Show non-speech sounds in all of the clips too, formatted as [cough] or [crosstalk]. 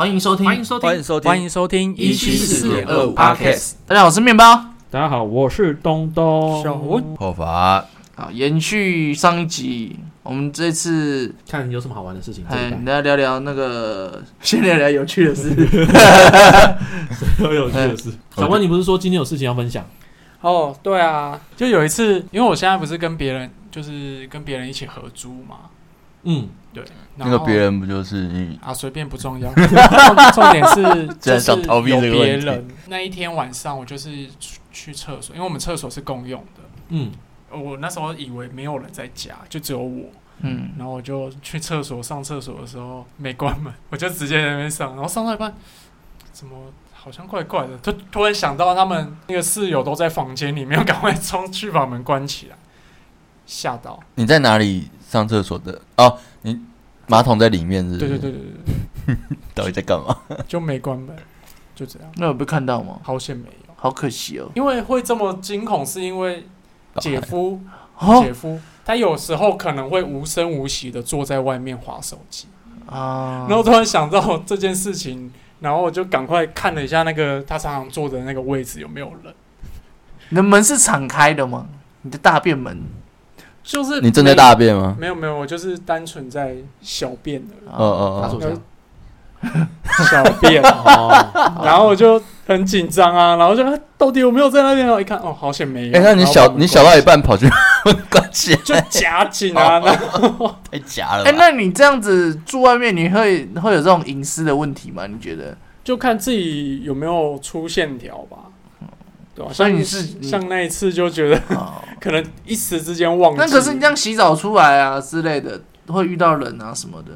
欢迎收听，欢迎收欢迎听，收听，欢迎收听一七七四点二二五五 Podcast Podcast。大家好，我是面包。大家好，我是东东。小文后法好，延续上一集，我们这次看有什么好玩的事情。这一哎，半来聊聊那个，先聊聊有趣 [laughs] 的事。都有趣的事。哎小文，你不是说今天有事情要分享？哦，对啊，就有一次，因为我现在不是跟别人，就是跟别人一起合租嘛，嗯，对，那个然后别人不就是你？啊，随便不重要， [laughs] 重重点是 [laughs] 竟就然是想逃避有这个问别题人。那一天晚上，我就是去去厕所，因为我们厕所是共用的，嗯，我那时候以为没有人在家，就只有我，嗯，然后我就去厕所上厕所的时候没关门，我就直接在那边上，然后上到一半，怎么好像怪怪的，就突然想到他们那个室友都在房间里面，我赶快冲去把门关起来，吓到。你在哪里上厕所的？哦，你马桶在里面是不对是？对对对对到底在干 [laughs] 嘛？对，就没关门，就这样，那有被看到吗？好险没有。好可惜哦。因为会这么惊恐，是因为姐夫，哦姐夫他有时候可能会无声无息的坐在外面划手机，啊，然后突然想到这件事情，然后我就赶快看了一下那个他常常坐的那个位置有没有人，你的门是敞开的吗？你的大便门？就是你正在大便吗？没有没有，我就是单纯在小便 [laughs] 的哦他啊哦说哦，这样，啊小便，哦，然后我就很紧张啊，然后就啊到底有没有在那边？然后一看哦，好险没有。哎，那你然后小把门你小到哦关一半跑去 [laughs] 关起来，就夹 [laughs] 紧啊，然后太假了哎，吧？那你这样子住外面，你会会有这种隐私的问题吗？你觉得？就看自己有没有出线条吧。对吧？所以像你是你像那一次就觉得哦 [laughs] 可能一时之间忘记。那可是你这样洗澡出来啊之类的，会遇到人啊什么的。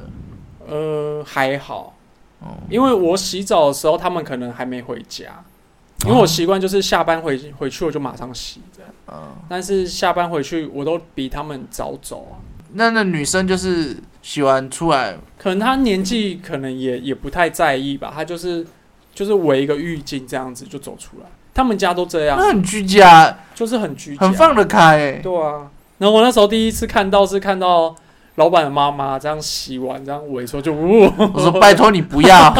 呃，还好，哦因为我洗澡的时候，他们可能还没回家，因为我习惯就是下班回回去我就马上洗这样，啊，但是下班回去我都比他们早走啊。那那女生就是洗完出来，可能他年纪可能也也不太在意吧，他就是就是围一个浴巾这样子就走出来，他们家都这样，那很居家，就是很居家，啊很放得开、 [laughs] 欸。对啊。然后我那时候第一次看到是看到老板的妈妈这样洗完这样围说就呜，我说拜托你不 [laughs] 要，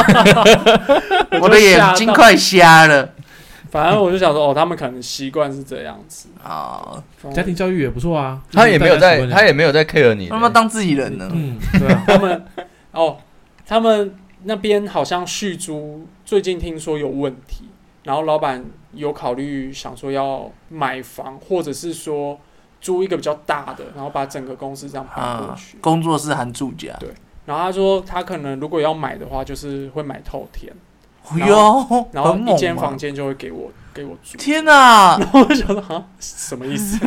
我的眼睛快瞎了。反正我就想说哦，他们可能习惯是这样子。啊，家庭教育也不错啊。他也没有在，他也也没有在 care 你那么的。当自己人呢？嗯，[laughs] 对啊，他们 [laughs] 哦，他们那边好像续租，最近听说有问题，然后老板有考虑想说要买房，或者是说租一个比较大的，然后把整个公司这样搬嗯过啊去。，工作室含住家。然后他说他可能如果要买的话，就是会买透天，哎呦，然后很一猛间嘛房。间就会给我给我住。天哪，然后我就想说啊，什么意思？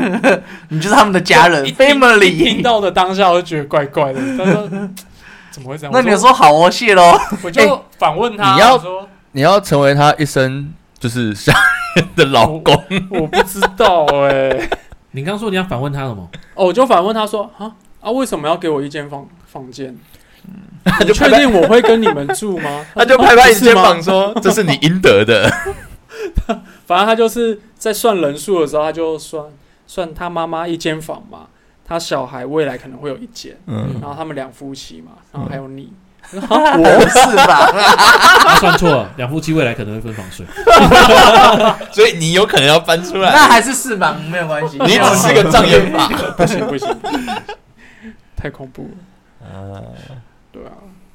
你就是他们的家人 [laughs] 一听一听，family。到的当下我就觉得怪怪 [laughs] 的，他说嗯怎么会这样？那你我就说说好哦，谢喽。我就反问他，你要我说你要成为他一生就是下面的老公， [laughs] 我不知道哎、你刚说你要反问他什么？哦，我就反问他说啊啊，为什么要给我一间房房间？他你就拍确拍，定我会跟你们住吗？他就拍拍你是肩吗膀说：“这是你应得的。反正他就是在算人数的时候，他就算算他妈妈一间房嘛，他小孩未来可能会有一间，”嗯，然后他们两夫妻嘛，然后还有你， [laughs] 不哦是吧？他算错了，两夫妻未来可能会分房睡。 [laughs] 所以你有可能要搬出来，那还是四房没有关系。你只是个障眼法。不行不行， [laughs] 不行太恐怖了。对啊，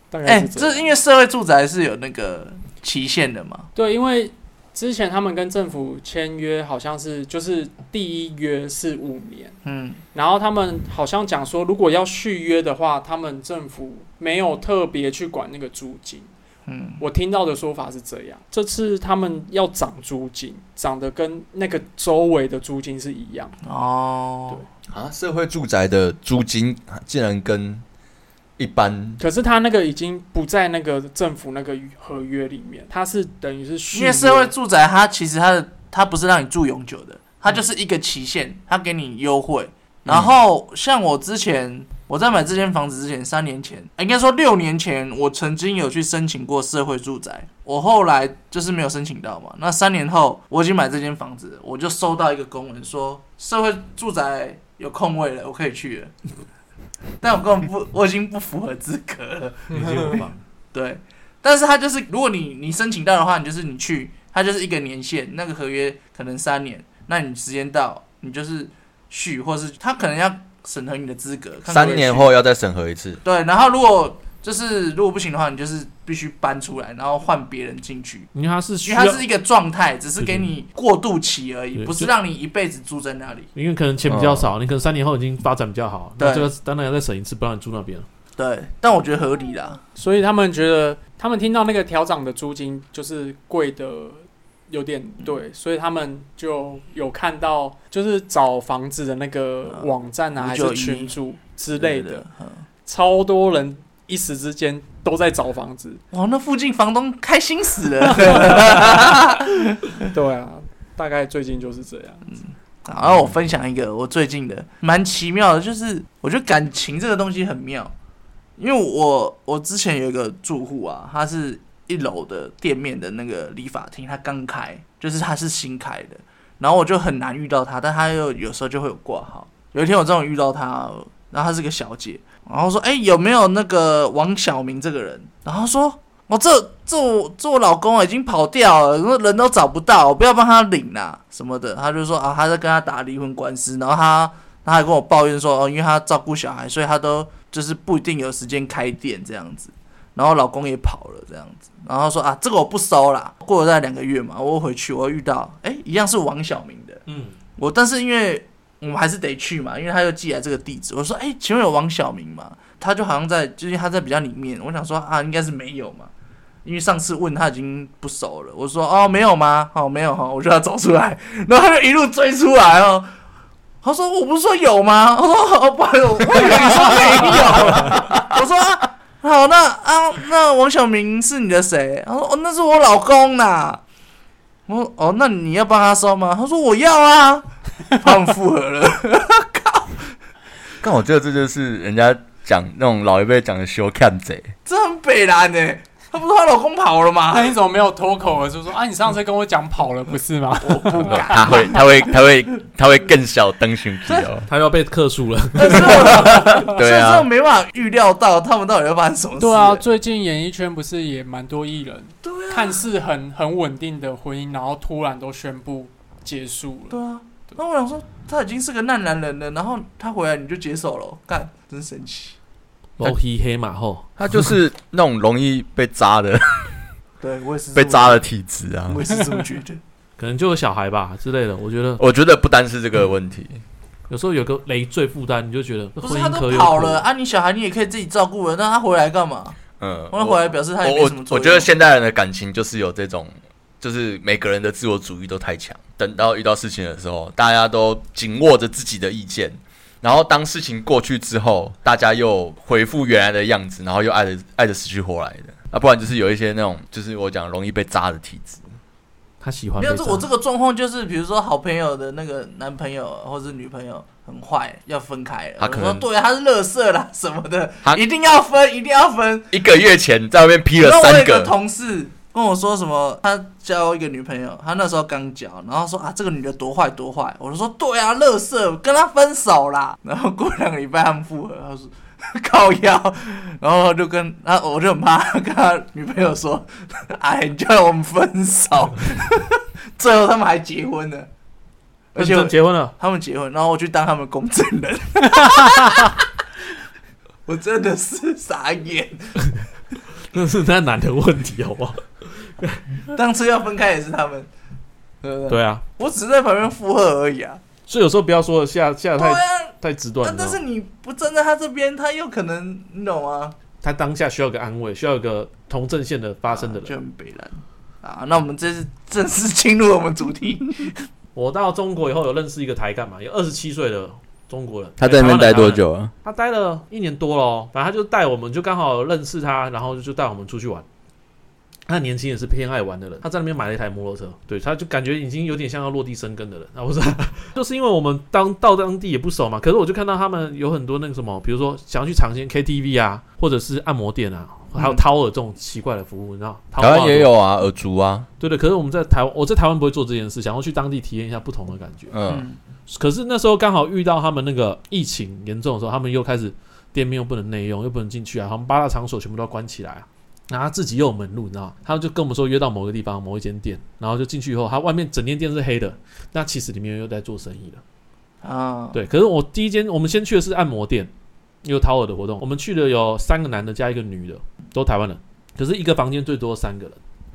大概哎，是这这样。因为社会住宅是有那个期限的嘛？对，因为之前他们跟政府签约，好像是就是第一约是五年。嗯，然后他们好像讲说，如果要续约的话，他们政府没有特别去管那个租金。嗯，我听到的说法是这样，这次他们要涨租金，涨得跟那个周围的租金是一样。哦，啊，社会住宅的租金竟然跟一般可是他那个已经不在那个政府那个合约里面，他是等于是续因约为社会住宅它其实它的它不是让你住永久的，它就是一个期限，它给你优惠。嗯然后像我之前我在买这间房子之前，三年前，呃应该说六年前，我曾经有去申请过社会住宅，我后来就是没有申请到嘛。那三年后我已经买这间房子，我就收到一个公文说社会住宅有空位了，我可以去了。但我根本不，我已经不符合资格了。你已经无法 [laughs] 对，但是它就是，如果你你申请到的话，你就是你去，它就是一个年限，那个合约可能三年，那你时间到，你就是续，或是他可能要审核你的资格，看可不可以三续年后要再审核一次。对，然后如果就是如果不行的话，你就是必须搬出来，然后换别人进去。因为它是需因要为它，是一个状态，只是对给对你过渡期而已，对不是就让你一辈子住在那里。因为可能钱比较哦少，你可能三年后已经发展比较好，对那这个当然要再审一次，不让你住那边了。对，但我觉得合理啦。所以他们觉得，他们听到那个调涨的租金就是贵的有点对，嗯所以他们就有看到，就是找房子的那个网站啊，嗯还是群主之类对的，，嗯超多人一时之间都在找房 [laughs] 子。哇，那附近房东开心死了。对啊，大概最近就是这样。好然后我分享一个我最近的蛮奇妙的，就是我觉得感情这个东西很妙，因为我我之前有一个住户啊，他是一楼的店面的那个理发厅，他刚开，就是他是新开的，然后我就很难遇到他，但他又有时候就会有挂号。有一天我终于遇到他，然后她是个小姐，然后说：“哎、有没有那个王小明这个人？”然后她说：“我、哦这这我这我老公已经跑掉了，人都找不到，我不要帮他领啦、什么的。”他就说：“啊，他在跟他打离婚官司，然后他他还跟我抱怨说，哦，因为他照顾小孩，所以他都就是不一定有时间开店这样子。”然后老公也跑了这样子，然后她说：“啊，这个我不收啦。”过了大概两个月嘛，我回去我又遇到，哎，一样是王小明的，嗯，我但是因为我们还是得去嘛，因为他又寄来这个地址，我说哎、请问有王小明吗？他就好像在，就是他在比较里面，我想说啊，应该是没有嘛，因为上次问他已经不熟了，我说哦没有吗？哦没有哈、哦，我就要找出来，然后他就一路追出来哦。他说：“我不是说有吗？”我说：“哦，不好意思，我以为你说没有。”我说啊：“好，那啊，那王小明是你的谁？”他说：“哦，那是我老公呐、我说：“哦，那你要帮他收吗？”他说：“我要啊。”他们复合了。 [laughs] 但我觉得这就是人家讲那种老一辈讲的修看贼，这很北蓝呢、她不是她老公跑了吗？[laughs] [laughs] 那你怎么没有脱口而出说啊？你上次跟我讲跑了不 [laughs] 是吗？他会他会他会他会更小登熊机哦，他要被克数了。但 [laughs] 是我所以对说啊，没办法预料到他们到底会发生什么事、对啊，，最近演艺圈不是也蛮多艺人，对啊，看似很很稳定的婚姻，然后突然都宣布结束了。对啊。那我想说，他已经是个烂男人了，然后他回来你就接手了，干，真神奇。老黑黑马后，他就是那种容易被扎的 [laughs] 对我也是被扎的，体质啊 [laughs] 我。也是这么觉 [laughs] 得。可能就有小孩吧之类的。我觉得我觉得不单是这个问题，有时候有个累赘负担，你就觉得不婚是他姻可都有跑可无了，啊，你小孩你也可以自己照顾了，那他回来干嘛？嗯，那回来表示他也我没我什么作我用。觉得现代人的感情就是有这种，就是每个人的自我主义都太强。等到遇到事情的时候，大家都紧握着自己的意见，然后当事情过去之后，大家又恢复原来的样子，然后又爱的爱的死去活来的。那、不然就是有一些那种，就是我讲容易被扎的体质。他喜欢没被有扎。这我这个状况就是，比如说好朋友的那个男朋友或者女朋友很坏，要分开了。他可能我说对，他是乐色啦什么的他，一定要分，一定要分。一个月前在外面劈了然后我有三一个个，同事跟我说什么，他交一个女朋友，他那时候刚交，然后说啊这个女的多坏多坏，我就说对啊，乐色，跟他分手啦。 [laughs] 然后过两个礼拜他们复合，他说。 [laughs] 靠腰，然后就跟他，我就很怕跟他女朋友说：“ [laughs] 哎，你叫我们分手。” [laughs] 最后他们还结婚了，而且认我真结婚了，他们结婚，然后我去当他们公证人， [laughs] 我真的是傻眼。那是那男的问题，好不好？ [laughs] 当初要分开也是他们，对不对？对啊，我只是在旁边附和而已啊。所以有时候不要说的下下得对太啊，太直断但了。哦但是你不站在他这边，他有可能你懂吗？他当下需要一个安慰，需要一个同阵线的发声的啊人。就很北蓝啊。那我们这次正式进入我们主题，我到中国以后有认识一个台干嘛，有二十七岁的中国人。台湾人？台湾人？啊？他待了一年多咯，反正他就带我们，就刚好认识他，然后就带我们出去玩。他年轻也是偏爱玩的人，他在那边买了一台摩托车，对，他就感觉已经有点像要落地生根的人。啊那不是， [laughs] 就是因为我们当到当地也不熟嘛，可是我就看到他们有很多那个什么，比如说想要去尝鲜 KTV 啊，或者是按摩店啊，还有掏耳这种奇怪的服务，你知道？掏嗯台湾耳也有啊，耳烛啊，对对，可是我们在台湾，我在台湾不会做这件事，想要去当地体验一下不同的感觉。嗯，嗯，可是那时候刚好遇到他们那个疫情严重的时候，他们又开始店面又不能内用，又不能进去啊，他们八大场所全部都要关起来啊。然后他自己又有门路，你知道吗？他就跟我们说约到某个地方某一间店，然后就进去以后，他外面整间店是黑的，那其实里面又在做生意了。啊，对，可是我第一间我们先去的是按摩店，有掏耳的活动，我们去的有三个男的加一个女的，都台湾人，可是一个房间最多三个人，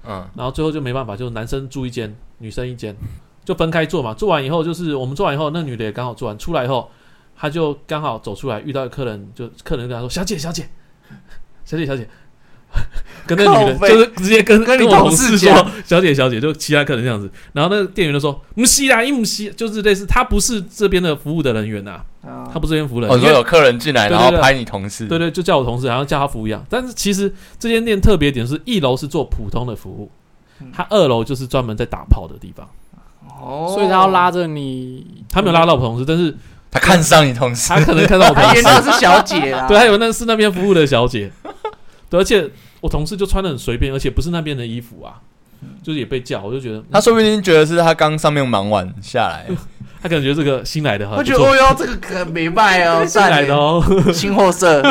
嗯，然后最后就没办法，就男生住一间，女生一间，就分开做嘛。做完以后就是我们做完以后，那女的也刚好做完，出来以后，她就刚好走出来遇到客人，就客人就跟她说：“小姐，小姐， [laughs] 小姐，小姐。”跟那女靠的北就是直接跟跟你我同同事事说讲小姐小姐，就其他客人这样子。然后那个店员就说：“唔西啦，因唔西，就是类似他不是这边的服务的人员呐、啊他不是这边服务人哦，员。你说有客人进来，对然后对对拍你同事，对对，就叫我同事，然后叫他服务一样。但是其实这间店特别点是，一楼是做普通的服务嗯，他二楼就是专门在打炮的地方。哦，所以他要拉着你，嗯他没有拉到我同事，但是他看上你同事他，可能看到我同他事演，到是小姐啦， [laughs] 对，啊还有那是那边服务的小姐，对，而且我同事就穿的很随便，而且不是那边的衣服啊，嗯就是也被叫，我就觉得嗯他说不定觉得是他刚上面忙完下来，他可能觉得这个新来的我很不觉得哦错，哟，这个可没卖哦，新算来的了，哦，新货色，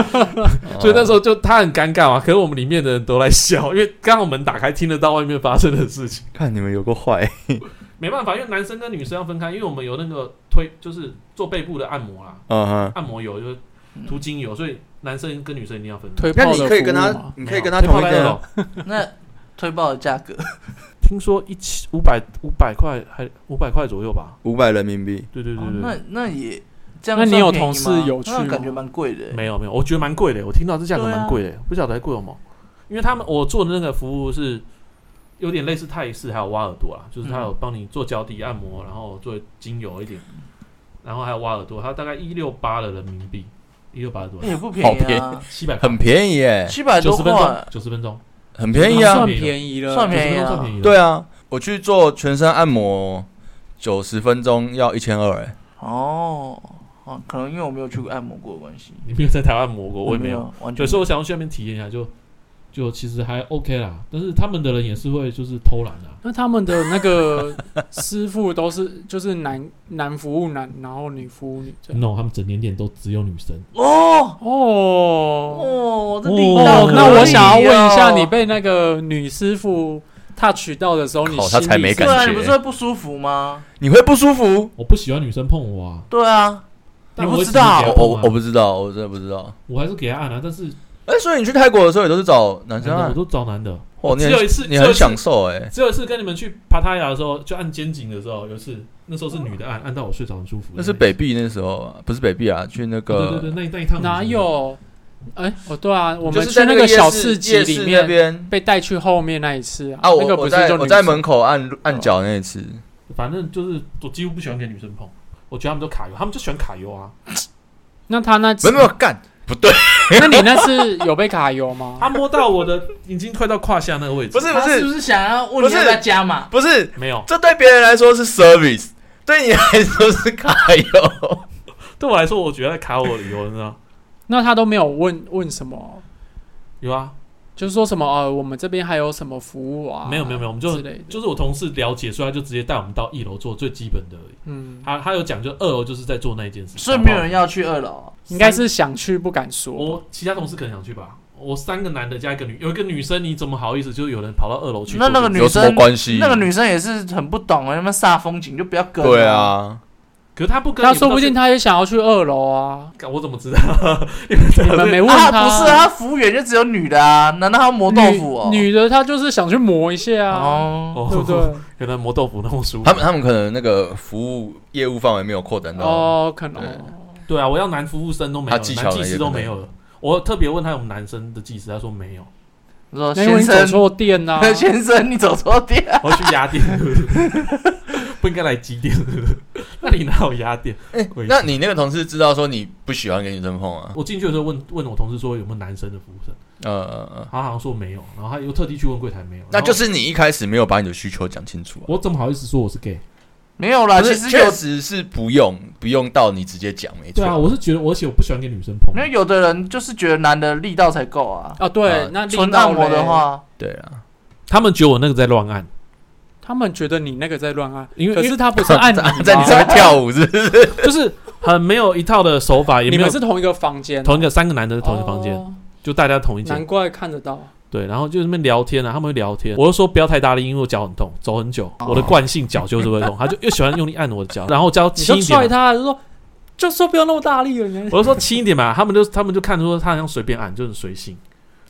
所以那时候就他很尴尬嘛，可是我们里面的人都在笑，因为刚好门打开，听得到外面发生的事情。看你们有个坏，没办法，因为男生跟女生要分开，因为我们有那个推，就是做背部的按摩啦，嗯哼，按摩油就是涂精油，所以男生跟女生一定要分开。推炮的服务嘛你没有推泡在二楼。那推爆的价格听说一千五百五百块还五百块左右吧？五百人民币，对对对哦对，那那也这样那算便宜吗，你有同事有去那吗感觉蛮贵的欸，没有没有，我觉得蛮贵的，我听到这价格对啊蛮贵的，不晓得还贵什么，因为他们我做的那个服务是有点类似泰式，还有挖耳朵啦，就是他有帮你做脚底按摩，然后做精油一点，然后还有挖耳朵，它大概一六八的人民币，一六八多那也不好便宜啊，七百很便宜耶，七百九多十分钟块，，九十分钟，很便宜那啊嗯，算便宜了，算九十便宜分钟啊算便宜的，对啊，我去做全身按摩，九十分钟要一千二，哎，哦，哦，可能因为我没有去过按摩过的关系，你没有在台湾磨过，我也没没有。，完全对，没所以我想要去那边体验一下，就就其实还 OK 啦。但是他们的人也是会就是偷懒啊，那他们的那个师傅都是就是男男服务男，然后女服务女这样。 no，他们整间店都只有女生。有哦哦哦，这哦力道哦可，以哦，那我想要问一下，你被那个女师傅 touch 到的时候，你靠心他哦才里没是对啊，感觉你不是会不舒服吗？你会不舒服？我不喜欢女生碰我啊，对啊，但你我不会知道我直接给她我碰我啊不知道，我真的不知道。我还是给她按啊，但是哎，所以你去泰国的时候也都是找男生男的我按，都找男的。哦，你只有一很次，你只有很一次享受哎，只有一次跟你们去帕塔雅的时候，就按肩颈的时候，有一次那时候是女的按，按到我睡着很舒服。那是北壁那时候啊，不是北壁啊，去那对对个对，对那一那一趟哪有？哎，哦，对啊，我就们是去在那个夜小市市集夜里市那面边被带去后面那一次啊，啊，我那个我不是在就我女在生门口按按脚那一次，反正就是我几乎不喜欢给女生碰，我觉得他们都卡油，他们就喜欢卡油啊。那他那没有没有干，不对，那你那次有被卡 [laughs] 油吗？他摸到我的已经快到胯下那个位置，不是他不是不是是想要问不你是要不要加码？不是，没有，这对别人来说是 service，对你来说是卡友。对我来说，我觉得在卡我的油，你知道吗？那他都没有问问什么，有啊，就是说什么呃，我们这边还有什么服务啊？没有没有没有我们就之类的，就是我同事了解，所以他就直接带我们到一楼做最基本的而已。嗯，他他有讲，就二楼就是在做那一件事，所以没有人要去二楼，应该是想去不敢说吧。我其他同事可能想去吧。我三个男的加一个女，有一个女生，你怎么好意思？就是有人跑到二楼去做那那这件事。个女 [laughs] 有什么生关系？那个女生也是很不懂，啊那么煞风景就不要跟。对，啊，可是他不跟你，那说不定他他也想要去二楼 [laughs] 啊，干我怎么知道？你们没问啊他？不是啊，，服务员就只有女的啊，难道她要磨豆腐哦？女的她就是想去磨一下啊，哦，哦 [laughs] 对 [laughs] 不对？原来磨豆腐那么舒服。他们他们可能那个服务业务范围没有扩展到，哦，可能对哦对啊，我要男服务生都没有了，他技巧男呢技也师可都能没有了。我特别问他有没有男生的技师，他说没有，我说那因先为你走生，错店啊 [laughs] 呐。先生你走错店， [laughs] 我要去压店，不应该来机 [laughs] 店。那你哪有压店？我也是哎那你那个同事知道说你不喜欢给女生碰啊？我进去的时候问问我同事说有没有男生的服务生，呃呃，呃他好像说没有，然后他又特地去问柜台没有，那就是是你一开始没有把你的需求讲清楚啊。我怎么好意思说我是 gay？没有啦，不啊其是实有确实是不用不用到你直接讲，没对啊，错。我是觉得我而且我不喜欢给女生碰没，有有的人就是觉得男的力道才够啊，啊，啊对，那纯力道按摩的嘞，话，对啊，他们觉得我那个在乱按，他们觉得你那个在乱按，因为可是他不是按你在你吗？上面跳舞是不是？就是很没有一套的手法，也你没有们是同一个房间哦，同一个三个男的在同一个房间，哦就大家同一间难，怪看得到。对，然后就在那边聊天啊，他们会聊天，我就说不要太大力，因为我脚很痛，走很久，我的惯性脚就是会痛，他就又喜欢用力按我的脚，然后我脚你轻就一踹点他，嘛，就说就说不要那么大力了，你我就说轻一点嘛，他们就他们就看出他好像随便按，就是随性，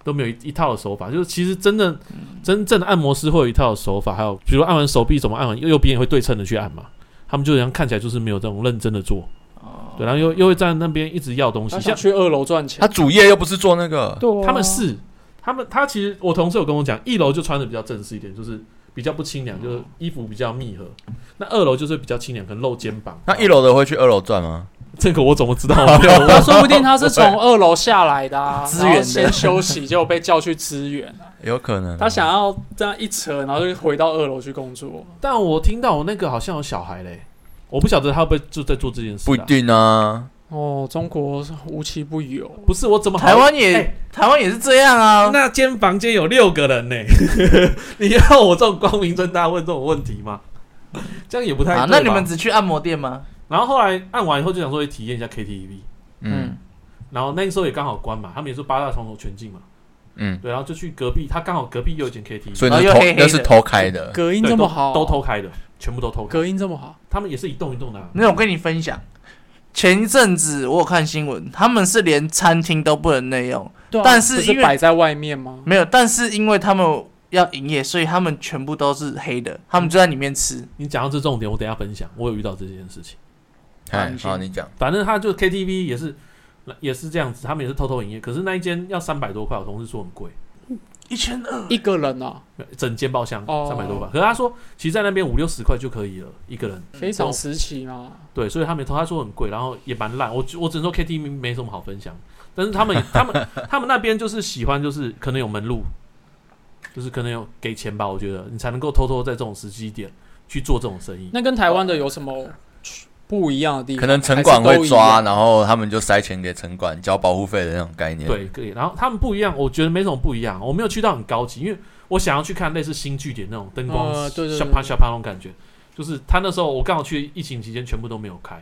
都没有一一套的手法，就是其实真正真正的按摩师会有一套的手法，还有比如按完手臂怎么按完，右右边也会对称的去按嘛，他们就好像看起来就是没有这种认真的做，对，啊然后又又会在那边一直要东西，他想像去二楼赚钱他。主业又不是做那个，对啊他们是，他们他其实我同事有跟我讲，一楼就穿的比较正式一点，就是比较不清凉，就是衣服比较密合。那二楼就是比较清凉，可能露肩膀。那一楼的会去二楼赚吗？这个我怎么知道？啊 [laughs] 我没有那说不定他 [laughs] 是从二楼下来的、 [laughs] 啊，支援的然后先休息，结果被叫去支 [laughs] 援。有可能啊。他想要这样一扯，然后就回到二楼去工作。但我听到我那个好像有小孩嘞，我不晓得他会不会就在做这件事、啊。不一定啊，哦，中国无奇不有，不是我怎么好台湾也、哎台湾也是这样啊，那间房间有六个人呢， [laughs] 你要我这种光明正大问这种问题吗？这样也不太啊，对那你吧们只去按摩店吗？然后后来按完以后就想说哎去体验一下 KTV，嗯然后那时候也刚好关嘛，他们也是八大床头全进嘛，嗯，对，然后就去隔壁，他刚好隔壁又有一间 KTV，所以然那后又黑是偷黑的那是偷开的，隔音对这么都好，都偷开的，全部都偷开。隔音这么好，他们也是一栋一栋的、啊，那我跟你分享，前一阵子我有看新闻，他们是连餐厅都不能内用，对啊但是不因是为摆在外面吗？没有，但是因为他们要营业，所以他们全部都是黑的，他们就在里面吃。你讲到这重点，我等一下分享，我有遇到这件事情。哎安，心好，你讲，反正他就 KTV 也是也是这样子，他们也是偷偷营业，可是那一间要三百多块，我同事说很贵，一千二， [coughs] 一个人啊，整间包厢哦三百多块，可是他说其实在那边五六十块就可以了，一个人。非常时期嘛。对，所以他们也偷，他说很贵，然后也蛮烂。我我只能说 KTV 没什么好分享，但是他们他们他们那边就是喜欢，就是可能有门路，就是可能有给钱吧，我觉得你才能够偷偷在这种时机点去做这种生意。那跟台湾的有什么不一样的地方？可能城还是管都会一抓，样然后他们就塞钱给城管交保护费的那种概念。，对，可以。然后他们不一样，我觉得没什么不一样。我没有去到很高级，因为我想要去看类似新据点那种灯光，呃对对对小啪小啪那种感觉。就是他那时候我刚好去疫情期间，全部都没有开，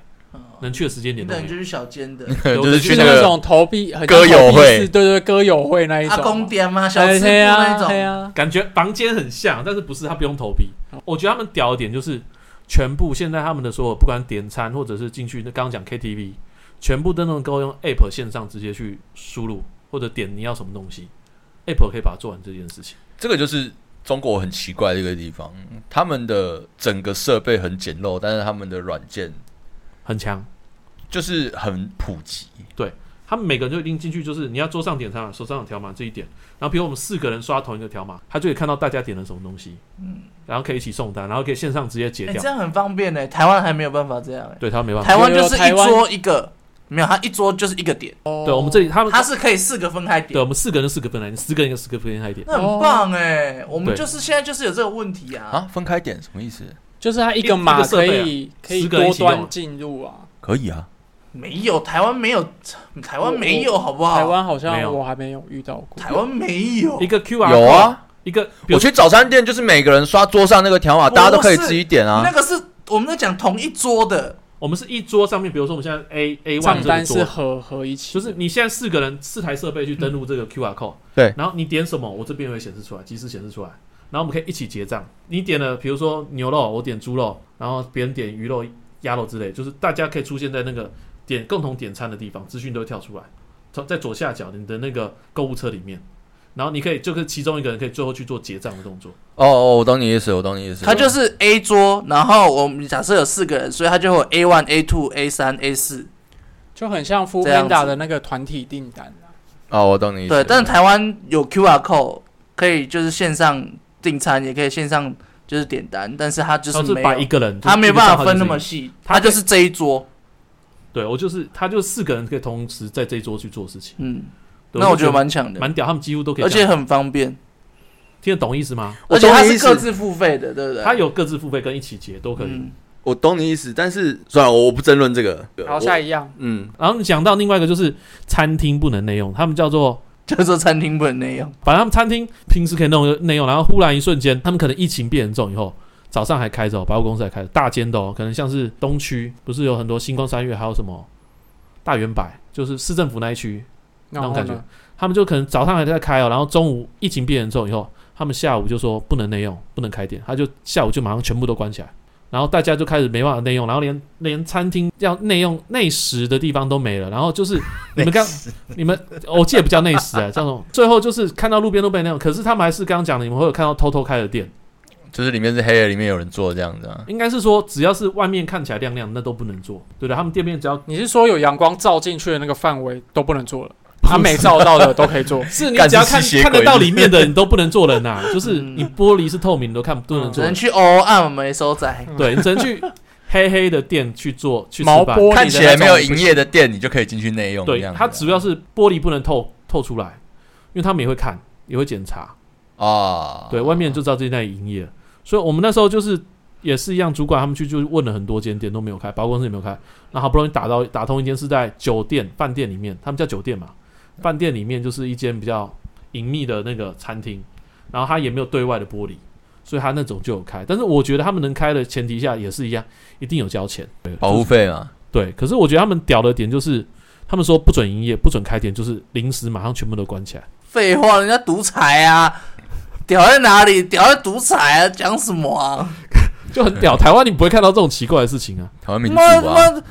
能去的时间点一都个人没嗯就有。是小间的，对 [laughs] 我就是就是只去去那那个种投币很像歌友投币会式对对，歌友会那一阿种，公店吗？小哎吃部对啊那对种，啊，感觉房间很像，但是不是他不用投币。我觉得他们屌一点就是，全部现在他们的所有不管点餐或者是进去，那刚刚讲 KTV，全部都能够用 App 线上直接去输入或者点你要什么东西，App 可以把它做完这件事情。这个就是中国很奇怪的一个地方，他们的整个设备很简陋，但是他们的软件很强，就是很普及。他们每个人就一定进去，就是你要桌上点餐嘛，手上有条码这一点，然后比如我们四个人刷同一个条码，他就可以看到大家点了什么东西，嗯，然后可以一起送单，然后可以线上直接结哎、掉。这样很方便呢、台湾还没有办法这样、欸，对他没办法，台湾就是一台湾桌一个，没有，他一桌就是一个点，对我们这里他们他是可以四个分开哦对点，我们四个人就四个分来，你四个人就四个分开一点。那很棒哎、我们对就是现在就是有这个问题啊，啊，分开点什么意思？就是它一个一码个设可备啊以可以十个人一多起用端进入啊。可以啊，没有，台湾没有，台湾没有，好不好？台湾好没像有我还没有遇到过，台湾没有 [laughs] 一，个 QR 有 code，啊。一个比如我去早餐店就是每个人刷桌上那个条码，不大家都可以是自己点那啊。个是我们在讲同一桌的，我们是一桌上面，比如说我们现在 A A 账 one 这单个是桌，合合一起就的，是你现在四个人四台设备去登录这个 QR code，嗯对然后你点什么，我这边也会显示出来，及时显示出来，然后我们可以一起结账。你点了，比如说牛肉，我点猪肉，然后别人点鱼肉、鸭肉之类，就是大家可以出现在那个点共同点餐的地方，资讯都会跳出来，从在左下角你的那个购物车里面，然后你可以就是其中一个人可以最后去做结账的动作。哦哦，我懂你意思，我懂你意思。它就是 A 桌，然后我们假设有四个人，所以它就会有 A one、A two、A 三、A 四。就很像 f o o 这样子 Panda 的那个团体订单啊。哦，我懂你意思。对，但台湾有 QR code，可以就是线上订餐，也可以线上就是点单，但是它就然后没把一有，个人，它没有办法分那么。么细，它它就就是是这一桌。对我就是，他就四个人可以同时在这一桌去做事情。嗯，对那我就觉得蛮强的，蛮屌，他们几乎都可以而这且样，很方便，听得懂意思吗？我而且懂它你是意思各自付费的，对不对？他有各自付费跟一起结都可以。嗯，我懂你意思，但是算了，我不争论这个。呃然后下一样，嗯，然后你讲到另外一个就是餐厅不能内用，他们叫做。就是说餐厅不能那样。反正他们餐厅平时可以弄内用，然后忽然一瞬间，他们可能疫情变严重以后，早上还开着、哦，百货公司还开着，大间的哦，可能像是东区，不是有很多星光三月，还有什么大圆柏，就是市政府那一区，那然种后感觉呢？他们就可能早上还在开哦，然后中午疫情变严重以后，他们下午就说不能内用，不能开店，他就下午就马上全部都关起来，然后大家就开始没办法内用，然后连连餐厅要内用内食的地方都没了，然后 [laughs] 就是你们刚你们我记得不叫内食啊，这种最后就是看到路边都被那种，可是他们还是刚刚讲的，你们会有看到偷偷开的店，就是里面是黑的，里面有人做这样子啊。应该是说只要是外面看起来亮亮，那都不能做，对的，他们店面只要。你是说有阳光照进去的那个范围都不能做了，他没照到的都可以做 [laughs] 是你干只要是看吸血看得鬼到是不里面的，你都不能做人呐、就是嗯你玻璃是透明的，都看不都能嗯只做人能去哦按没收窄。 [laughs] 嗯对，你只能去黑黑的店去做去吃毛饭。玻璃的看起来没有那种营业的店，你就可以进去内用。对这样，子啊它主要是玻璃不能透透出来，因为他们也会看，也会检查，啊，对外面就知道这在营业了。所以我们那时候就是也是一样，主管他们去就是问了很多间店都没有开，包括公司也没有开，那好不容易打到打通一间是在酒店饭店里面，他们叫酒店嘛，饭店里面就是一间比较隐秘的那个餐厅，然后它也没有对外的玻璃。所以它那种就有开，但是我觉得他们能开的前提下也是一样，一定有交钱，对保护费嘛。对，可是我觉得他们屌的点就是，他们说不准营业、不准开店，就是临时马上全部都 [laughs] 关起来。废话，人家独裁啊，屌在哪里？屌在独裁啊，讲什么啊？就很屌。台湾你不会看到这种奇怪的事情啊，台湾民主妈他啊，妈的，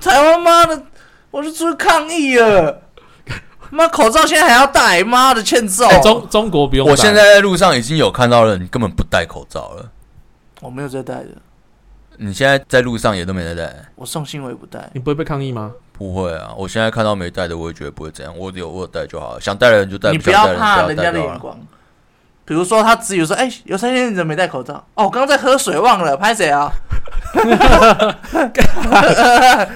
台湾妈的，我就出去抗议了。妈，口罩现在还要戴，妈的欠揍！哎中中国不用戴。我现在在路上已经有看到人根本不戴口罩了。我没有在戴的，你现在在路上也都没在戴，我送新闻也不戴。你不会被抗议吗？不会啊！我现在看到没戴的，我也觉得不会怎样。我有我有戴就好了，想戴的人就戴，你不想要戴人怕就人不要家啊的戴就好眼了。光。比如说，他只有说：“哎、有三天你怎么没戴口罩？”哦，我刚刚在喝水，忘了拍谁啊？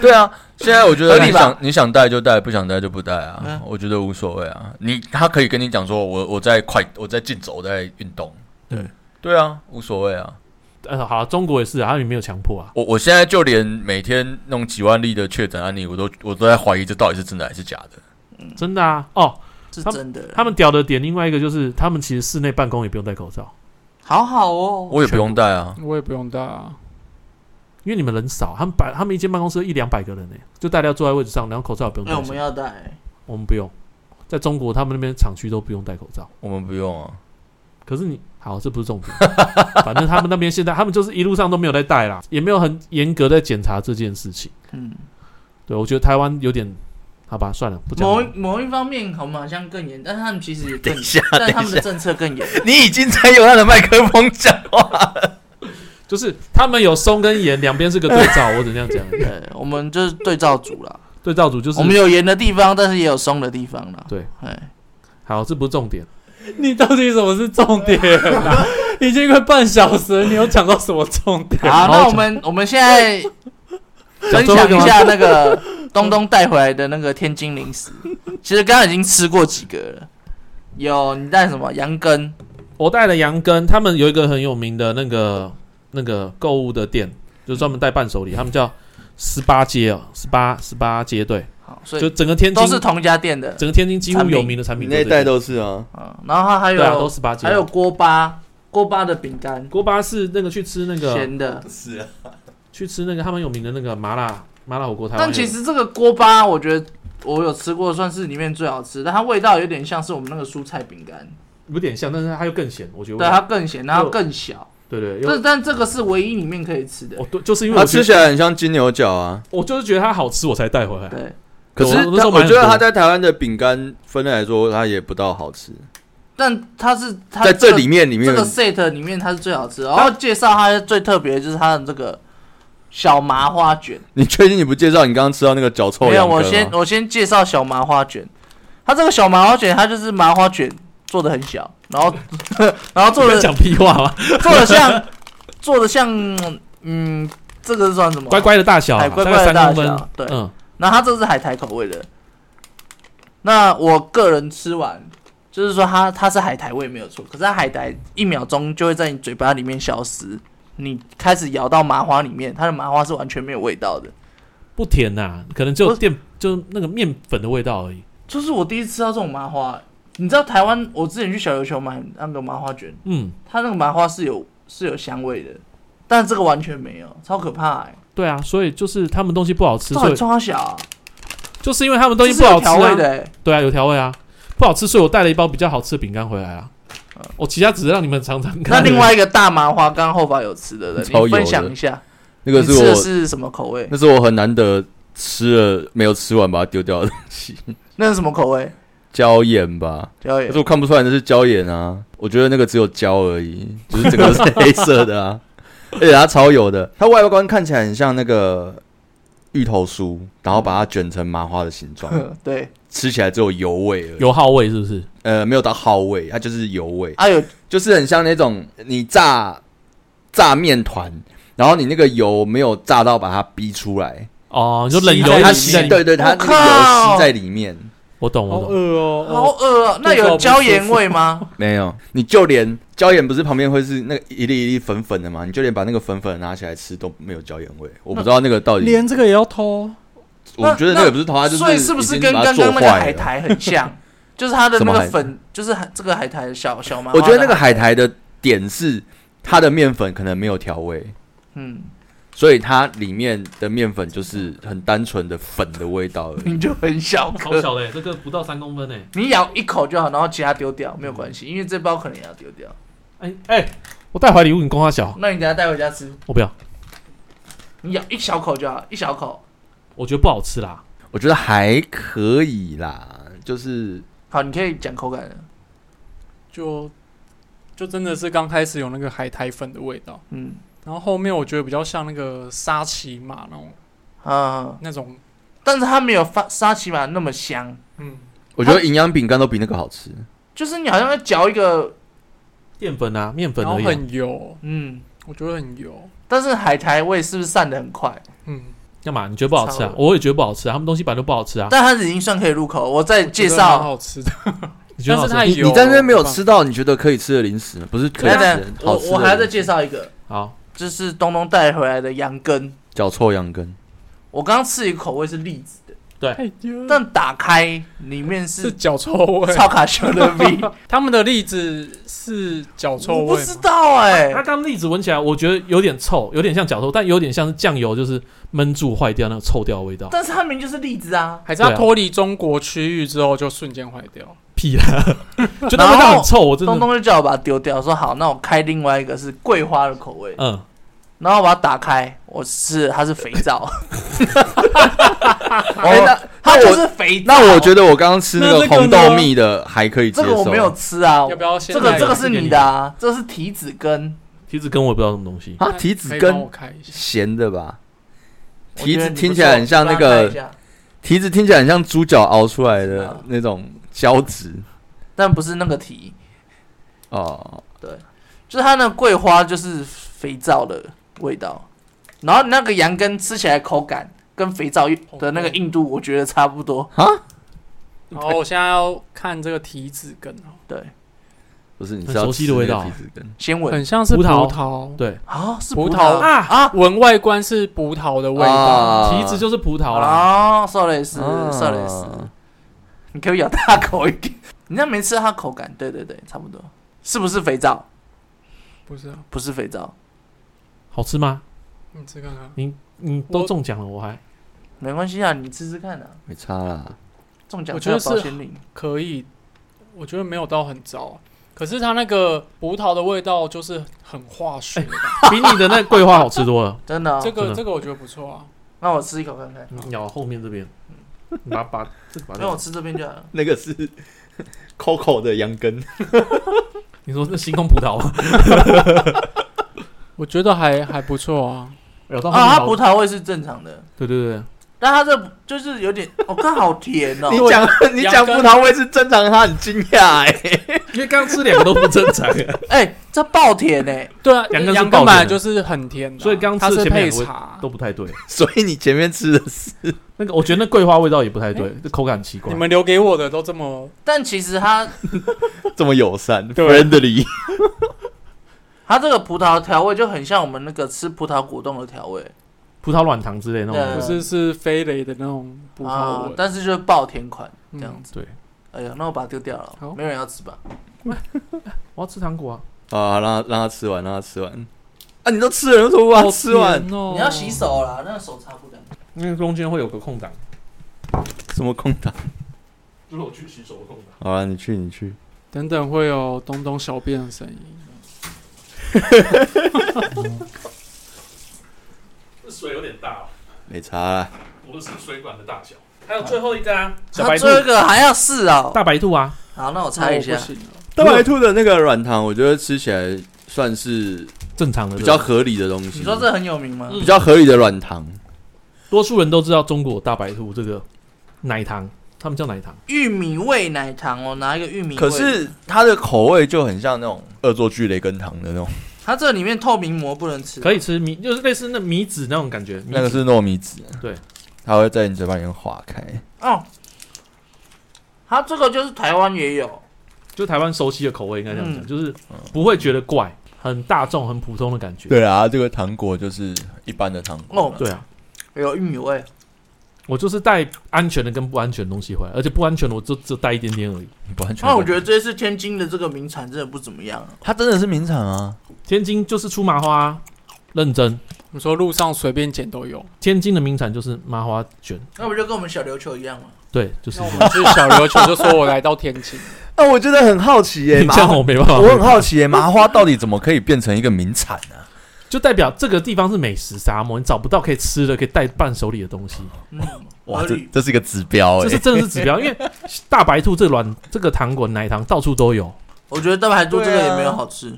对啊，现在我觉得合你理吧想你想戴就戴，不想戴就不戴啊，嗯我觉得无所谓啊。你他可以跟你讲说，我我在快我在竞走，我在运动。对对啊，无所谓啊。呃，好啊，中国也是啊，他们也没有强迫啊。我我现在就连每天弄几万例的确诊案例，我都我都在怀疑这到底是真的还是假的。嗯真的啊，哦，是他真的啦。他们屌的点，另外一个就是他们其实室内办公也不用戴口罩，好好哦，我也不用戴啊，我也不用戴啊，因为你们人少，他们百他们一间办公室有一两百个人呢、就大家坐在位置上，然后口罩也不用那、戴我起来。们要戴，我们不用，在中国他们那边厂区都不用戴口罩。我们不用啊。可是你好，这不是重点。 [laughs] 反正他们那边现在，他们就是一路上都没有在带啦，也没有很严格在检查这件事情。嗯，对我觉得台湾有点，好吧，算了，不讲某一了。某一方面，我们好像更严，但是他们其实也更等一下，但他等一们的下，政策更严。你已经在用他的麦克风讲话。就是他们有松跟严，两边是个对 [laughs] 照，我只能这样讲。对，我们就是对照组啦。对照组就是我们有严的地方，但是也有松的地方啦。对，哎，好，这不是重点。你到底什么是重点、啊？ [laughs] 已经快半小时了，你有讲到什么重点？好，然后那我们我们现在讲分最后享一个一吗下那个东东带回来的那个天津零食。其实刚刚已经吃过几个了，有你带什么羊羹，我带了羊羹，他们有一个很有名的那个那个购物的店，就专门带伴手礼，他们叫十八街哦，十八十八街对，好，所就以整个天津都是同一家店的。整个天津几乎产品有名的产品都这些都是啊，嗯，然后它还有、对啊，都十八街。还有锅巴，锅巴的饼干，锅巴是那个去吃那个咸的。是啊，去吃那个他们有名的那个麻辣麻辣火锅。台湾但有其实这个锅巴，我觉得我有吃过，算是里面最好吃。但它味道有点像是我们那个蔬菜饼干，有点像，但是它又更咸，我觉得。对它更咸，然后更小。对对，又但但这个是唯一里面可以吃的我。对，就是因为它我觉吃得起来很像金牛角啊。我就是觉得它好吃，我才带回来。对，可是我那时它候我买觉很得多它在台湾的饼干分类来说，它也不到好吃。但它是它在这这里面，里面这个 set 里面它是最好吃的。然后介绍它最特别的就是它的这个小麻花卷。你确定你不介绍你刚刚吃到那个脚臭没有，羊羹我吗先我先介绍小麻花卷。它这个小麻花卷，它就是麻花卷做的很小，然后 [laughs] 然后做你的在讲屁话啊 [laughs] 吗？做的像，做的像，嗯，这个是算什么？乖。乖的大小啊，哎乖大乖的概三公大分小。对嗯，然后它这个是海苔口味的。那我个人吃完，就是说它它是海苔味没有错，可是它海苔一秒钟就会在你嘴巴里面消失，你开始咬到麻花里面，它的麻花是完全没有味道的。不甜呐，可能就不淀就那个面粉的味道而已。就是我第一次吃到这种麻花、你知道台湾我之前去小琉球买那个麻花卷，嗯，它那个麻花是有是有香味的，但这个完全没有，超可怕、欸！对啊，所以就是他们东西不好吃，到所底以冲它小、啊？就是因为他们东西这是不好有吃调味啊，的、欸，对啊，有调味啊，不好吃，所以我带了一包比较好吃的饼干回来啊嗯。我其他只是让你们尝尝那看。另外一个大麻花刚后法有吃的人，超你有的分享一下，那个你是吃的我是什么口味？那是我很难得吃了没有吃完把它丢掉的 [laughs] 东西，那是什么口味？椒盐吧。表可 [laughs] 演是我看不出来那是椒盐啊，我觉得那个只有椒而已，就是整个都是黑色的啊， [laughs] 而且它超油的，它外观看起来很像那个芋头酥，然后把它卷成麻花的形状， [laughs] 对，吃起来只有油味而已，油耗味是不是？呃，没有到耗味，它就是油味，啊有就是很像那种你炸炸面团，然后你那个油没有炸到把它逼出来，哦，你就冷吸油在一它直里吸吸在里面。对对，它那我个油靠吸在里面。我懂，好我懂。饿哦，好饿啊！那有椒盐味吗？没有，你就连椒盐不是旁边会是那个一粒一粒粉粉的吗？你就连把那个粉粉拿起来吃都没有椒盐味，我不知道那个到底。连这个也要偷？我觉得那那个不是桃花，就是所以是不已是经跟把它刚做刚那个坏海了？苔很像？就是它的什那么个海苔粉，就是海这个海苔的小小麻花我的。觉得那个海苔的点是它的面粉可能没有调味，嗯，所以它里面的面粉就是很单纯的粉的味道而你已。就很小好颗，小的，这个不到三公分诶。 [laughs] 你咬一口就好，然后其他丢掉没有关系，因为这包可能也要丢掉。哎哎，我带回来礼物，你公他小，那你等一下带回家吃，我不要，你咬一小口就好，一小口。我觉得不好吃啦。我觉得还可以啦，就是好，你可以讲口感了。就就真的是刚开始有那个海苔粉的味道，嗯然后后面我觉得比较像那个沙琪玛那种啊，那种，但是它没有发沙琪玛那么香，嗯，我觉得营养饼干都比那个好吃。就是你好像在嚼一个淀粉啊，面粉然后而已啊。很油，嗯，我觉得很油，但是海苔味是不是散的很快？嗯，干嘛？你觉得不好吃超啊？恶我也觉得不好吃啊。他们东西本来就不好吃啊。但它已经算可以入口。我再我介觉得蛮绍，好吃的，你觉得好但是它吃？有你你在那边没有吃到你觉得可以吃的零食吗，不是可等以一吃下的等一下我好吃的我还要再零食介绍一个，好，就是东东带回来的羊羹。脚臭羊羹。我刚刚吃一个口味是栗子的，太油了，但打开里面是 [laughs] 是脚臭味，超卡修的 [laughs] V， [laughs] 他们的栗子是脚臭我不味知吗？道哎、啊它刚栗子闻起来，我觉得有点臭，有点像脚臭，但有点像是酱油，就是焖住坏掉那个臭掉的味道。但是它明明就是栗子啊。还是它对啊脱离中国区域之后就瞬间坏掉？ [laughs] 屁啦，就那味道很臭，我真东的。东就叫我把它丢掉，说好，那我开另外一个是桂花的口味，啊嗯，然后我把它打开，我吃它是肥 [laughs] 皂，啊哎那它那就我是肥皂。那我觉得我刚刚吃那个那这个红呢豆蜜的还可以接这受，个我没有吃啊，要不要先这个来这个是你的啊，这是提子根，提子根我也不知道什么东西。啊，提子可以帮根我开 [laughs] 一下，咸的吧？我提觉得子你不听起来错很像那帮他看一个下提子听起来很像猪脚熬出来是啊的那种胶质但不是那个提，哦，就是它那个桂花就是肥皂的味道，然后那个羊羹吃起来口感跟肥皂的那个硬度，我觉得差不多。然后我现在要看这个提子根哦，对，不是你很是要熟悉吃的味那个道提子根先闻很像是葡葡萄萄，对啊，是葡萄萄啊啊闻外观是葡萄的味道，提子就是葡萄啦。哦，少蕾丝，啊少蕾丝，你可以咬大口一点，你那没吃到它口感，对对对，差不多，是不是肥皂？不是啊？不是肥皂，好吃吗？你吃看看，你都中奖了，我还没关系啊，你吃吃看啊，没差啦。中奖我觉得才有保是鲜领。可以，我觉得没有到很糟，可是它那个葡萄的味道就是很化学哎的，比你的那桂花好吃多 [laughs] 了。真的、哦这真个的这个我觉得不错啊，那我吃一口看看，你咬后面这边，你嗯把把这个把没有，我它。吃这边就好了。那个是 Coco 的羊羹，你说那星空葡 [laughs] 萄吗？我觉得还还不错啊，咬到后面啊，它葡好。萄味是正常的，对对对，但它这就是有点，我、哦、看好甜哦。 [laughs] 你讲你讲羊葡羹萄味是正常，他很惊讶哎。因为刚吃两个都不正常，啊哎、这爆甜哎、对啊，羊羹是羊爆羹本甜的来就是很甜的啊，所以刚吃它是前面配两个味茶 [laughs] 都。不太对。 [laughs] 所以你前面吃的是那个我觉得那桂花味道也不太对，这口感很奇怪你。们留给我的都这么，但其实它这么友善对，friendly，它这个葡萄调味就很像我们那个吃葡萄果冻的调味葡萄软糖之类那对种不东是西。是飞雷的那种葡萄嗯啊味，，嗯但是就是爆甜款这样子。对，哎呀，那我把它丢掉好了，没有人要吃吧？我要吃糖果啊。啊，让他让他吃完，让他吃完。啊，你都吃了，为什么不哦把它吃完？你啊你要洗手啦，那手擦不干。因为中间会有个空档，什么空档？就是我去洗手的空档。啊好了，你去，你去。等等会有东东小便的声音。这水有点大、哦，没差啦，我是水管的大小。还有最后一个啊，小他白兔，这个还要试哦。大白兔啊，好，那我猜一下哦那我不，行了啊大白兔的那个软糖，我觉得吃起来算是正常的比较合理的东西。你说这很有名吗？嗯比较合理的软糖，多数人都知道中国大白兔这个奶糖，他们叫奶糖，玉米味奶糖哦，拿一个玉米味。可是它的口味就很像那种恶作剧雷根糖的那种，它这里面透明膜不能吃，可以以吃米，就是类似那米籽那种感觉。米那个籽是糯米籽，对，它会在你嘴巴里面化 [laughs] 开。哦。它这个就是台湾也有，就台湾熟悉的口味，应该这样讲，嗯就是不会觉得怪，很大众、很普通的感觉。对啊，这个糖果就是一般的糖果。哦对啊，有玉米味。我就是带安全的跟不安全的东西回来，而且不安全的我就只带一点点而已。你不完全。那我觉得这次天津的这个名产真的不怎么样啊。它真的是名产啊，天津就是出麻花啊、认真。你说路上随便捡都有，天津的名产就是麻花卷，那不就跟我们小琉球一样吗？对，就是那我 [laughs] 这们样。去小琉球就说我来到天津， [laughs] 那我觉得很好奇耶、你这样我没办法我，很好奇耶、麻 [laughs] 花到底怎么可以变成一个名产呢、啊？就代表这个地方是美食沙漠，你找不到可以吃的、可以带伴手礼的东西，嗯，哇，合这理。这是一个指标这哎、是真的是指标。因为大白兔这软这个糖果奶糖到处都有，我觉得大排肚这个也没有好吃，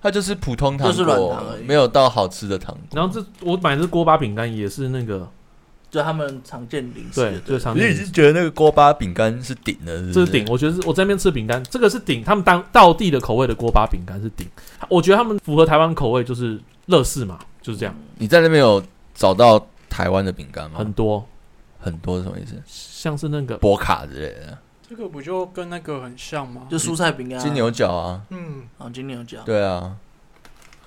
它就是普通糖就是果，软糖而已没有到好吃的糖果。然后这我买的是锅巴饼干，也是那个就他们常见零食。对，就是常你见已的经觉得那个锅巴饼干是顶的，是不这是是顶，我觉得是我在那边吃饼干，这个是顶，他们当道地的口味的锅巴饼干是顶，我觉得他们符合台湾口味就是乐事嘛，就是这样，你在那边有找到台湾的饼干吗？很多很多是什么意思？像是那个波卡之类的，啊这个不就跟那个很像吗？就蔬菜饼干啊。金牛角啊，嗯，啊，金牛角。对啊，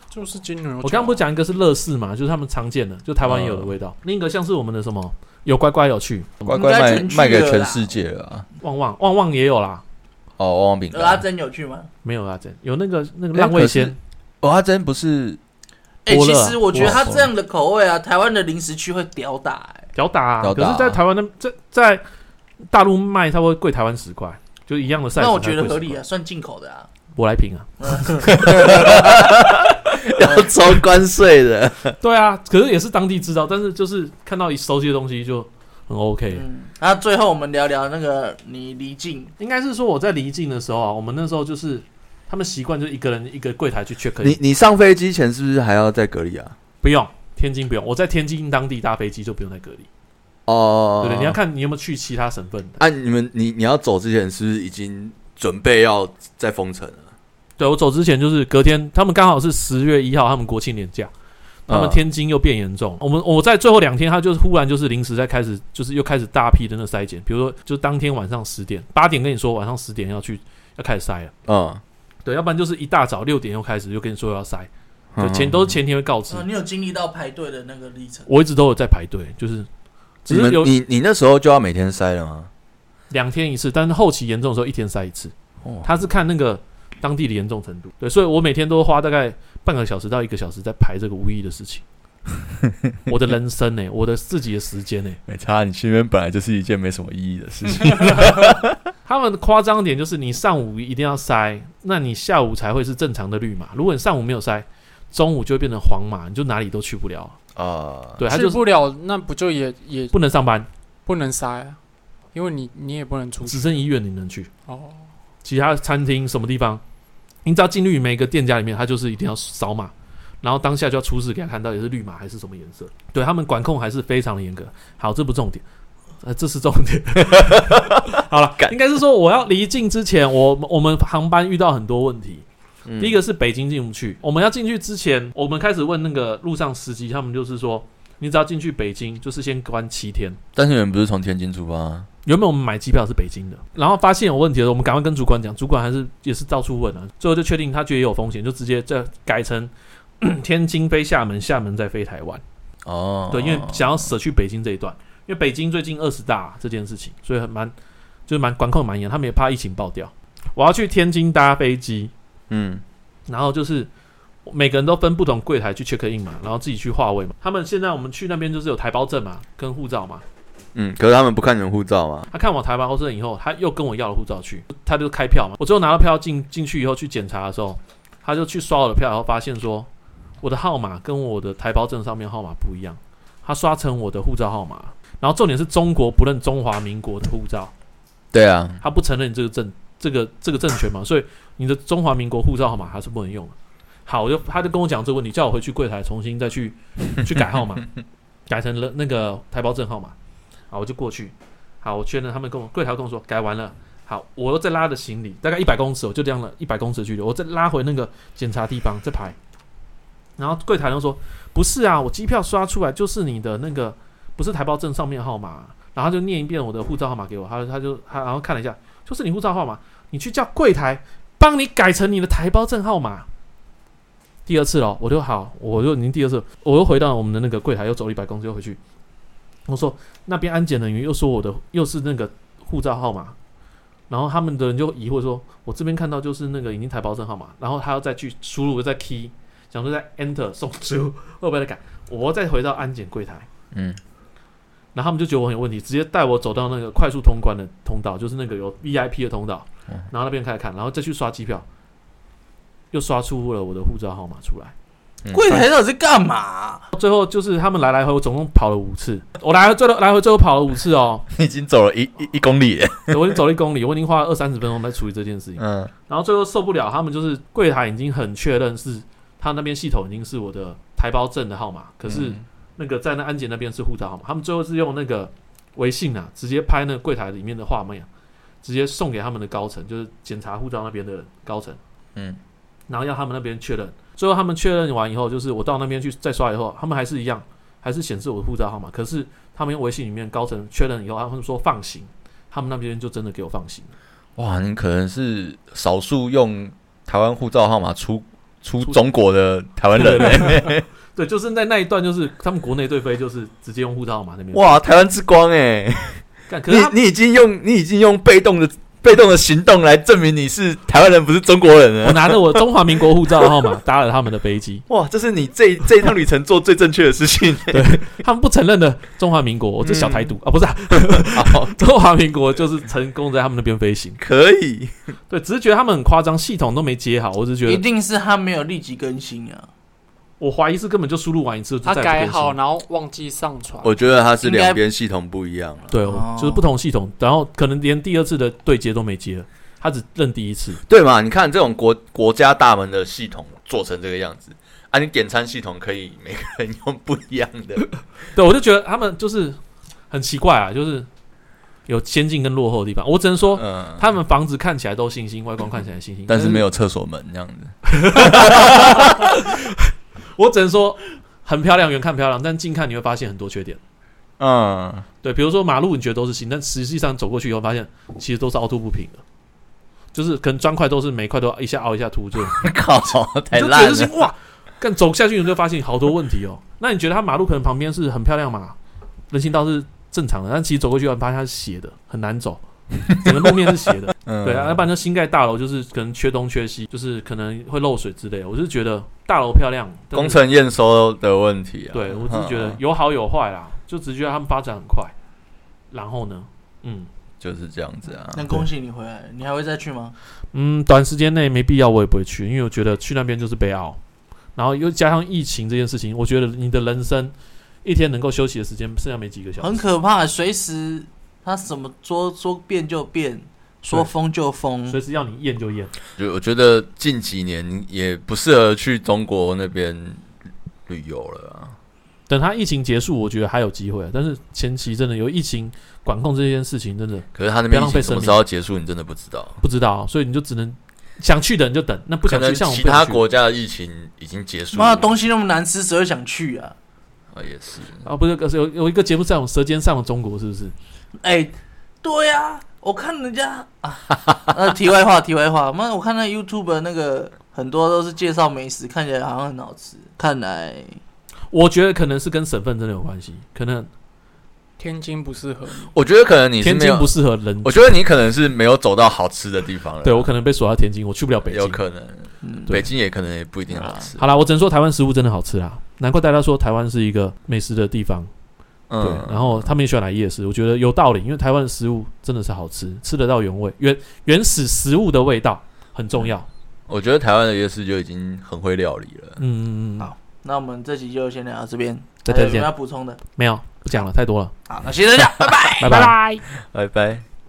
就是金牛。我刚刚不是讲一个是乐事嘛，就是他们常见的，就台湾也有的味道，嗯另一个像是我们的什么有乖乖有趣，乖乖卖应该全去了啦卖给全世界了啊！旺旺旺旺也有啦，哦，旺旺饼呃，阿干，珍有去吗？没有啦，这有那个那个哎浪味仙，，可是哦，阿珍不是哎、多其了啊实我觉得它哇这样的口味啊，台湾的零食区会屌打、哎，屌打、啊，屌打可啊是在台湾那在在大陆卖它会贵台湾十块，就一样的 size，那我觉得合理啊，啊，算进口的啊。舶来品啊，要抽关税的。对啊，可是也是当地制造，但是就是看到一熟悉的东西就很 OK。嗯，那最后我们聊聊那个你离境，应该是说我在离境的时候啊，我们那时候就是他们习惯就一个人一个柜台去 check 你 in，你上飞机前是不是还要再隔离啊？不用天津不用，我在天津当地搭飞机就不用再隔离，哦对，不对？你要看你有没有去其他省份的。啊，你们你你要走之前是不是已经准备要再封城了？对我走之前就是隔天，他们刚好是十月一号，他们国庆年假，他嗯们天津又变严重。我们我在最后两天，他就是忽然就是临时在开始，就是又开始大批的那筛检，比如说就当天晚上十点八点跟你说晚上十点要去要开始筛了，嗯，对，要不然就是一大早六点又开始又跟你说要筛，就嗯前都是嗯前天会告知啊，。你有经历到排队的那个历程？我一直都有在排队，就是你只是们有你你那时候就要每天塞了吗？两天一次，但是后期严重的时候一天塞一次。哦他是看那个当地的严重程度，对，所以我每天都花大概半个小时到一个小时在排这个无意义的事情。我的人生呢、我的自己的时间欸呢、没差，你去那边本来就是一件没什么意义的事情。他们夸张点就是你上午一定要塞，那你下午才会是正常的绿码。如果你上午没有塞，中午就会变成黄码，你就哪里都去不了。啊，对，他去就是不了，那不就也也不能上班，不能塞啊？因为你你也不能出去只剩医院你能去，哦。其他餐厅什么地方，你只要进入每个店家里面，他就是一定要扫码，然后当下就要出示给他看到底是绿码还是什么颜色。对他们管控还是非常的严格。好，这不重点，呃，这是重点。 [laughs] 好了，应该是说我要离境之前，我我们航班遇到很多问题。嗯第一个是北京进不去，我们要进去之前，我们开始问那个路上司机，他们就是说，你只要进去北京，就是先关七天。但是你们不是从天津出发啊？原本我们买机票是北京的，然后发现有问题了，我们赶快跟主管讲，主管还是也是到处问啊，最后就确定他觉得也有风险，就直接再改成 [coughs] 天津飞厦门，厦门再飞台湾。哦，对，因为想要舍去北京这一段，因为北京最近二十大这件事情，所以很蛮就是蛮管控蛮严，他们也怕疫情爆掉。我要去天津搭飞机，嗯，然后就是每个人都分不同柜台去 check in 嘛，然后自己去划位嘛。他们现在我们去那边就是有台胞证嘛，跟护照嘛，嗯，可是他们不看你们护照嘛，他看我台湾后生以后，他又跟我要了护照去，他就开票嘛。我最后拿到票进进去以后去检查的时候，他就去刷我的票，然后发现说我的号码跟我的台胞证上面号码不一样，他刷成我的护照号码。然后重点是中国不认中华民国的护照，对啊，他不承认这个政这个这个政权嘛，所以你的中华民国护照号码还是不能用的。好，我就他就跟我讲这个问题，叫我回去柜台重新再去去改号码，改成了那个台胞证号码。好，我就过去。好，我确认他们跟我柜台跟我说改完了。好，我又再拉着行李，大概一百公尺，我就这样了，一百公尺的距离，我再拉回那个检查地方再排。然后柜台就说：“不是啊，我机票刷出来就是你的那个，不是台胞证上面号码。”啊然后他就念一遍我的护照号码给我，他他就他然后看了一下，就是你护照号码，你去叫柜台帮你改成你的台胞证号码。第二次了，我就好，我就已经第二次，我又回到我们的那个柜台，又走了一百公尺又回去。我说那边安检人员又说我的又是那个护照号码，然后他们的人就疑惑说，我这边看到就是那个已经台胞证号码，然后他要再去输入再 key，想说再 enter 送出，会不会再改？我再回到安检柜台，嗯，然后他们就觉得我很有问题，直接带我走到那个快速通关的通道，就是那个有 VIP 的通道，然后那边开始看，然后再去刷机票，又刷出了我的护照号码出来。柜台到底是干嘛？最后就是他们来来回，我总共跑了五次，我来回最后来回最后跑了五次哦， [laughs] [laughs] 你已经走了一一一公里了，我已经走了一公里，我已经花了二三十分钟在处理这件事情，嗯，然后最后受不了，他们就是柜台已经很确认是他那边系统已经是我的台胞证的号码，可嗯是那个在那安检那边是护照号码，他们最后是用那个微信啊，直接拍那个柜台里面的画面、啊，直接送给他们的高层，就是检查护照那边的高层，嗯，然后要他们那边确认，最后他们确认完以后，就是我到那边去再刷以后，他们还是一样，还是显示我的护照号码，可是他们用微信里面高层确认以后，他们说放行，他们那边就真的给我放行。哇，你可能是少数用台湾护照号码出出出中国的台湾人嘞、对，就是在那一段，就是他们国内对飞就是直接用护照号码那边。哇，台湾之光哎、干，可你是他你已经用你已经用被动的被动的行动来证明你是台湾人，不是中国人我了。拿着我中华民国护照号码搭了他们的飞机，哇，这是你这这一趟旅程做最正确的事 [laughs] 情。他们不承认的中华民国，我这小台独、啊，不是、啊、 [laughs] 中华民国就是成功在他们那边飞行。可以，对，只是觉得他们很夸张，系统都没接好，我只是觉一得定是他没有立即更新啊！我怀疑是根本就输入完一次就他再也改不更新好，然后忘记上传。我觉得它是两边系统不一样啊了。对，哦就是不同系统，然后可能连第二次的对接都没接了，他只认第一次。对嘛？啊，你看这种国国家大门的系统做成这个样子啊，你点餐系统可以每个人用不一样的，对，我就觉得他们就是很奇怪啊，就是有先进跟落后的地方。我只能说，嗯，他们房子看起来都新兴，外观哦看起来新兴，但是没有厕所门这样子。我只能说很漂亮，远看漂亮，但近看你会发现很多缺点。嗯，对，比如说马路你觉得都是新，但实际上走过去以后发现其实都是凹凸不平的，就是可能砖块都是每一块都一下凹一下凸，就 [laughs] 你靠，太就觉烂得是了。哇，但走下去你就发现好多问题哦。那你觉得它马路可能旁边是很漂亮嘛，人行道是正常的，但其实走过去以后你发现它是斜的，很难走，整个路面是斜的。 [laughs] 嗯对啊， [laughs] 要不然就新盖大楼就是可能缺东缺西，就是可能会漏水之类的。我是觉得大楼漂亮，但是工程验收的问题啊。对我只是觉得嗯有好有坏啦，就只是觉得他们发展很快。然后呢，嗯就是这样子啊。那恭喜你回来了，你还会再去吗？嗯，短时间内没必要，我也不会去，因为我觉得去那边就是被熬，然后又加上疫情这件事情，我觉得你的人生一天能够休息的时间剩下没几个小时，很可怕，随时他什么说说变就变，说封就封随。时要你验就验。就我觉得近几年也不适合去中国那边旅游了啊。等他疫情结束，我觉得还有机会啊，但是前期真的有疫情管控这件事情，真的可是他那不边要疫浪费情什么生时候结束，你真的不知道。不知道，所以你就只能想去的人就等，那不可想能去像我其不想他去国家的疫情已经结束了。妈的，东西那么难吃，谁会想去啊？啊也是，啊，不是可是有有一个节目上《舌尖上的中国》是不是？哎、对呀、我看人家啊， [laughs] 那题外话，题外话，妈，我看那 YouTube 那个很多都是介绍美食，看起来好像很好吃，看来我觉得可能是跟省份真的有关系，可能天津不适合你，我觉得可能你是天没津有不，适合人，我觉得你可能是没有走到好吃的地方了。对我可能被锁到天津，我去不了北有京。可能，嗯对北京也可能也不一定好吃。好啦，我只能说台湾食物真的好吃啦，难怪大家说台湾是一个美食的地方。对，嗯，然后他们也喜欢来夜市，我觉得有道理，因为台湾的食物真的是好吃，吃得到原味、原原始食物的味道很重要。我觉得台湾的夜市就已经很会料理了。嗯，嗯嗯，好那我们这集就先聊到这边，再还有什再么见要，补充的？没有不讲了，太多了，好，那谢谢大家，拜拜。拜拜。拜拜。